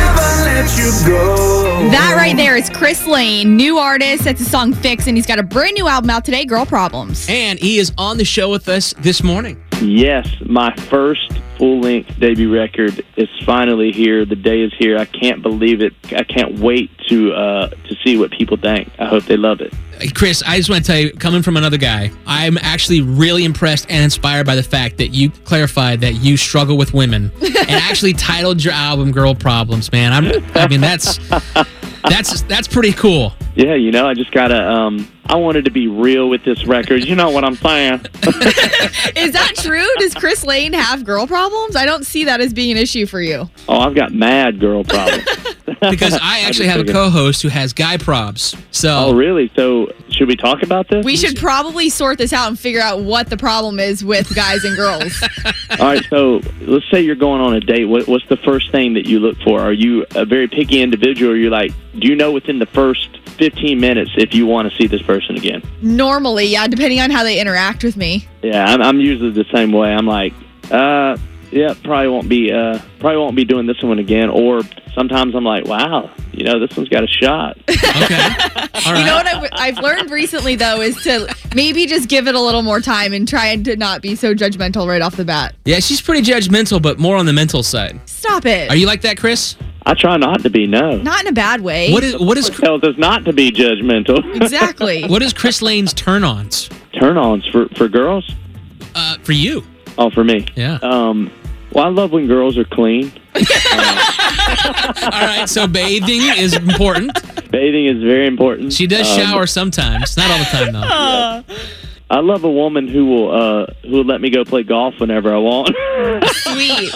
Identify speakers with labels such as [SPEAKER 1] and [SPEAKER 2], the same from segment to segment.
[SPEAKER 1] let you go.
[SPEAKER 2] That right there is Chris Lane, new artist. That's his song Fix, and he's got a brand new album out today, Girl Problems.
[SPEAKER 3] And he is on the show with us this morning.
[SPEAKER 4] Yes, my first full length debut record is finally here. The day is here. I can't believe it. I can't wait to uh, to see what people think. I hope they love it.
[SPEAKER 3] Hey, Chris, I just want to tell you, coming from another guy, I'm actually really impressed and inspired by the fact that you clarified that you struggle with women and actually titled your album "Girl Problems." Man, I'm, I mean that's that's that's pretty cool.
[SPEAKER 4] Yeah, you know, I just gotta. Um, I wanted to be real with this record. You know what I'm saying?
[SPEAKER 2] Is that true? Does Chris Lane have girl problems? I don't see that as being an issue for you.
[SPEAKER 4] Oh, I've got mad girl problems.
[SPEAKER 3] Because I actually have a
[SPEAKER 4] figured.
[SPEAKER 3] co-host who has guy probs. So
[SPEAKER 4] oh, really? So should we talk about this?
[SPEAKER 2] We should probably sort this out and figure out what the problem is with guys and girls.
[SPEAKER 4] All right. So let's say you're going on a date. What, what's the first thing that you look for? Are you a very picky individual? Or you're like, do you know within the first 15 minutes if you want to see this person again?
[SPEAKER 2] Normally, yeah, depending on how they interact with me.
[SPEAKER 4] Yeah, I'm, I'm usually the same way. I'm like, uh, yeah, probably won't be, uh, probably won't be doing this one again. Or sometimes I'm like, wow, you know, this one's got a shot.
[SPEAKER 3] okay, all right.
[SPEAKER 2] You know what I've, I've learned recently, though, is to maybe just give it a little more time and try to not be so judgmental right off the bat.
[SPEAKER 3] yeah, she's pretty judgmental, but more on the mental side.
[SPEAKER 2] Stop it.
[SPEAKER 3] Are you like that, Chris?
[SPEAKER 4] I try not to be. No,
[SPEAKER 2] not in a bad way.
[SPEAKER 3] What is what is
[SPEAKER 4] It tells us not to be judgmental.
[SPEAKER 2] exactly.
[SPEAKER 3] what is Chris Lane's turn-ons
[SPEAKER 4] Turn-ons for for girls?
[SPEAKER 3] uh, for you?
[SPEAKER 4] Oh, for me.
[SPEAKER 3] Yeah.
[SPEAKER 4] Um, well, I love when girls are clean.
[SPEAKER 3] All right, so bathing is important.
[SPEAKER 4] Bathing is very important.
[SPEAKER 3] She does
[SPEAKER 4] Um,
[SPEAKER 3] shower sometimes, not all the time though.
[SPEAKER 2] Uh,
[SPEAKER 4] I love a woman who will uh, who will let me go play golf whenever I want.
[SPEAKER 2] sweet.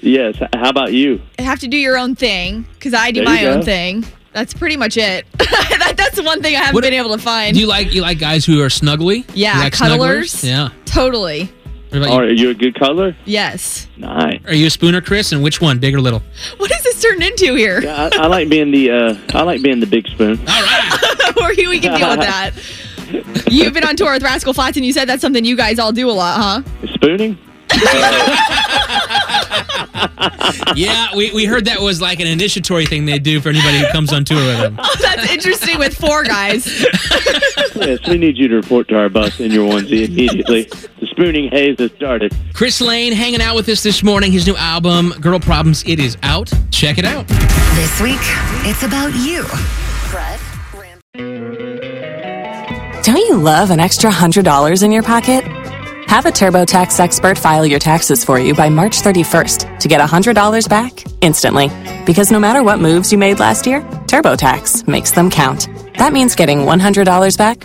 [SPEAKER 4] yes. How about you?
[SPEAKER 2] have to do your own thing because I do
[SPEAKER 4] There you
[SPEAKER 2] my own
[SPEAKER 4] go.
[SPEAKER 2] thing. That's pretty much it. that, that's the one thing I haven't
[SPEAKER 3] What-
[SPEAKER 2] been able to find.
[SPEAKER 3] Do you like you like guys who are snuggly?
[SPEAKER 2] Yeah,
[SPEAKER 3] You like
[SPEAKER 2] cuddlers.
[SPEAKER 3] snugglers? Yeah.
[SPEAKER 2] totally.
[SPEAKER 3] What about
[SPEAKER 4] Or
[SPEAKER 3] you?
[SPEAKER 4] are you a good color?
[SPEAKER 2] Yes.
[SPEAKER 4] Nice.
[SPEAKER 3] Are you a spooner, Chris? And which one, big or little?
[SPEAKER 2] What has this turned into here?
[SPEAKER 4] Yeah, I, I like being the uh, I like being the big spoon.
[SPEAKER 3] All right.
[SPEAKER 2] or you, we can deal with that. You've been on tour with Rascal Flats and you said that's something you guys all do a lot, huh?
[SPEAKER 4] Spooning?
[SPEAKER 3] yeah, we, we heard that was like an initiatory thing they do for anybody who comes on tour with them.
[SPEAKER 2] Oh, That's interesting with four guys.
[SPEAKER 4] Yes, we need you to report to our boss in your onesie immediately. The spooning haze has started.
[SPEAKER 3] Chris Lane hanging out with us this morning. His new album, Girl Problems, it is out. Check it out.
[SPEAKER 5] This week, it's about you. Brett Ram-
[SPEAKER 6] Don't you love an extra $100 in your pocket? Have a TurboTax expert file your taxes for you by March 31st to get $100 back instantly. Because no matter what moves you made last year, TurboTax makes them count. That means getting $100 back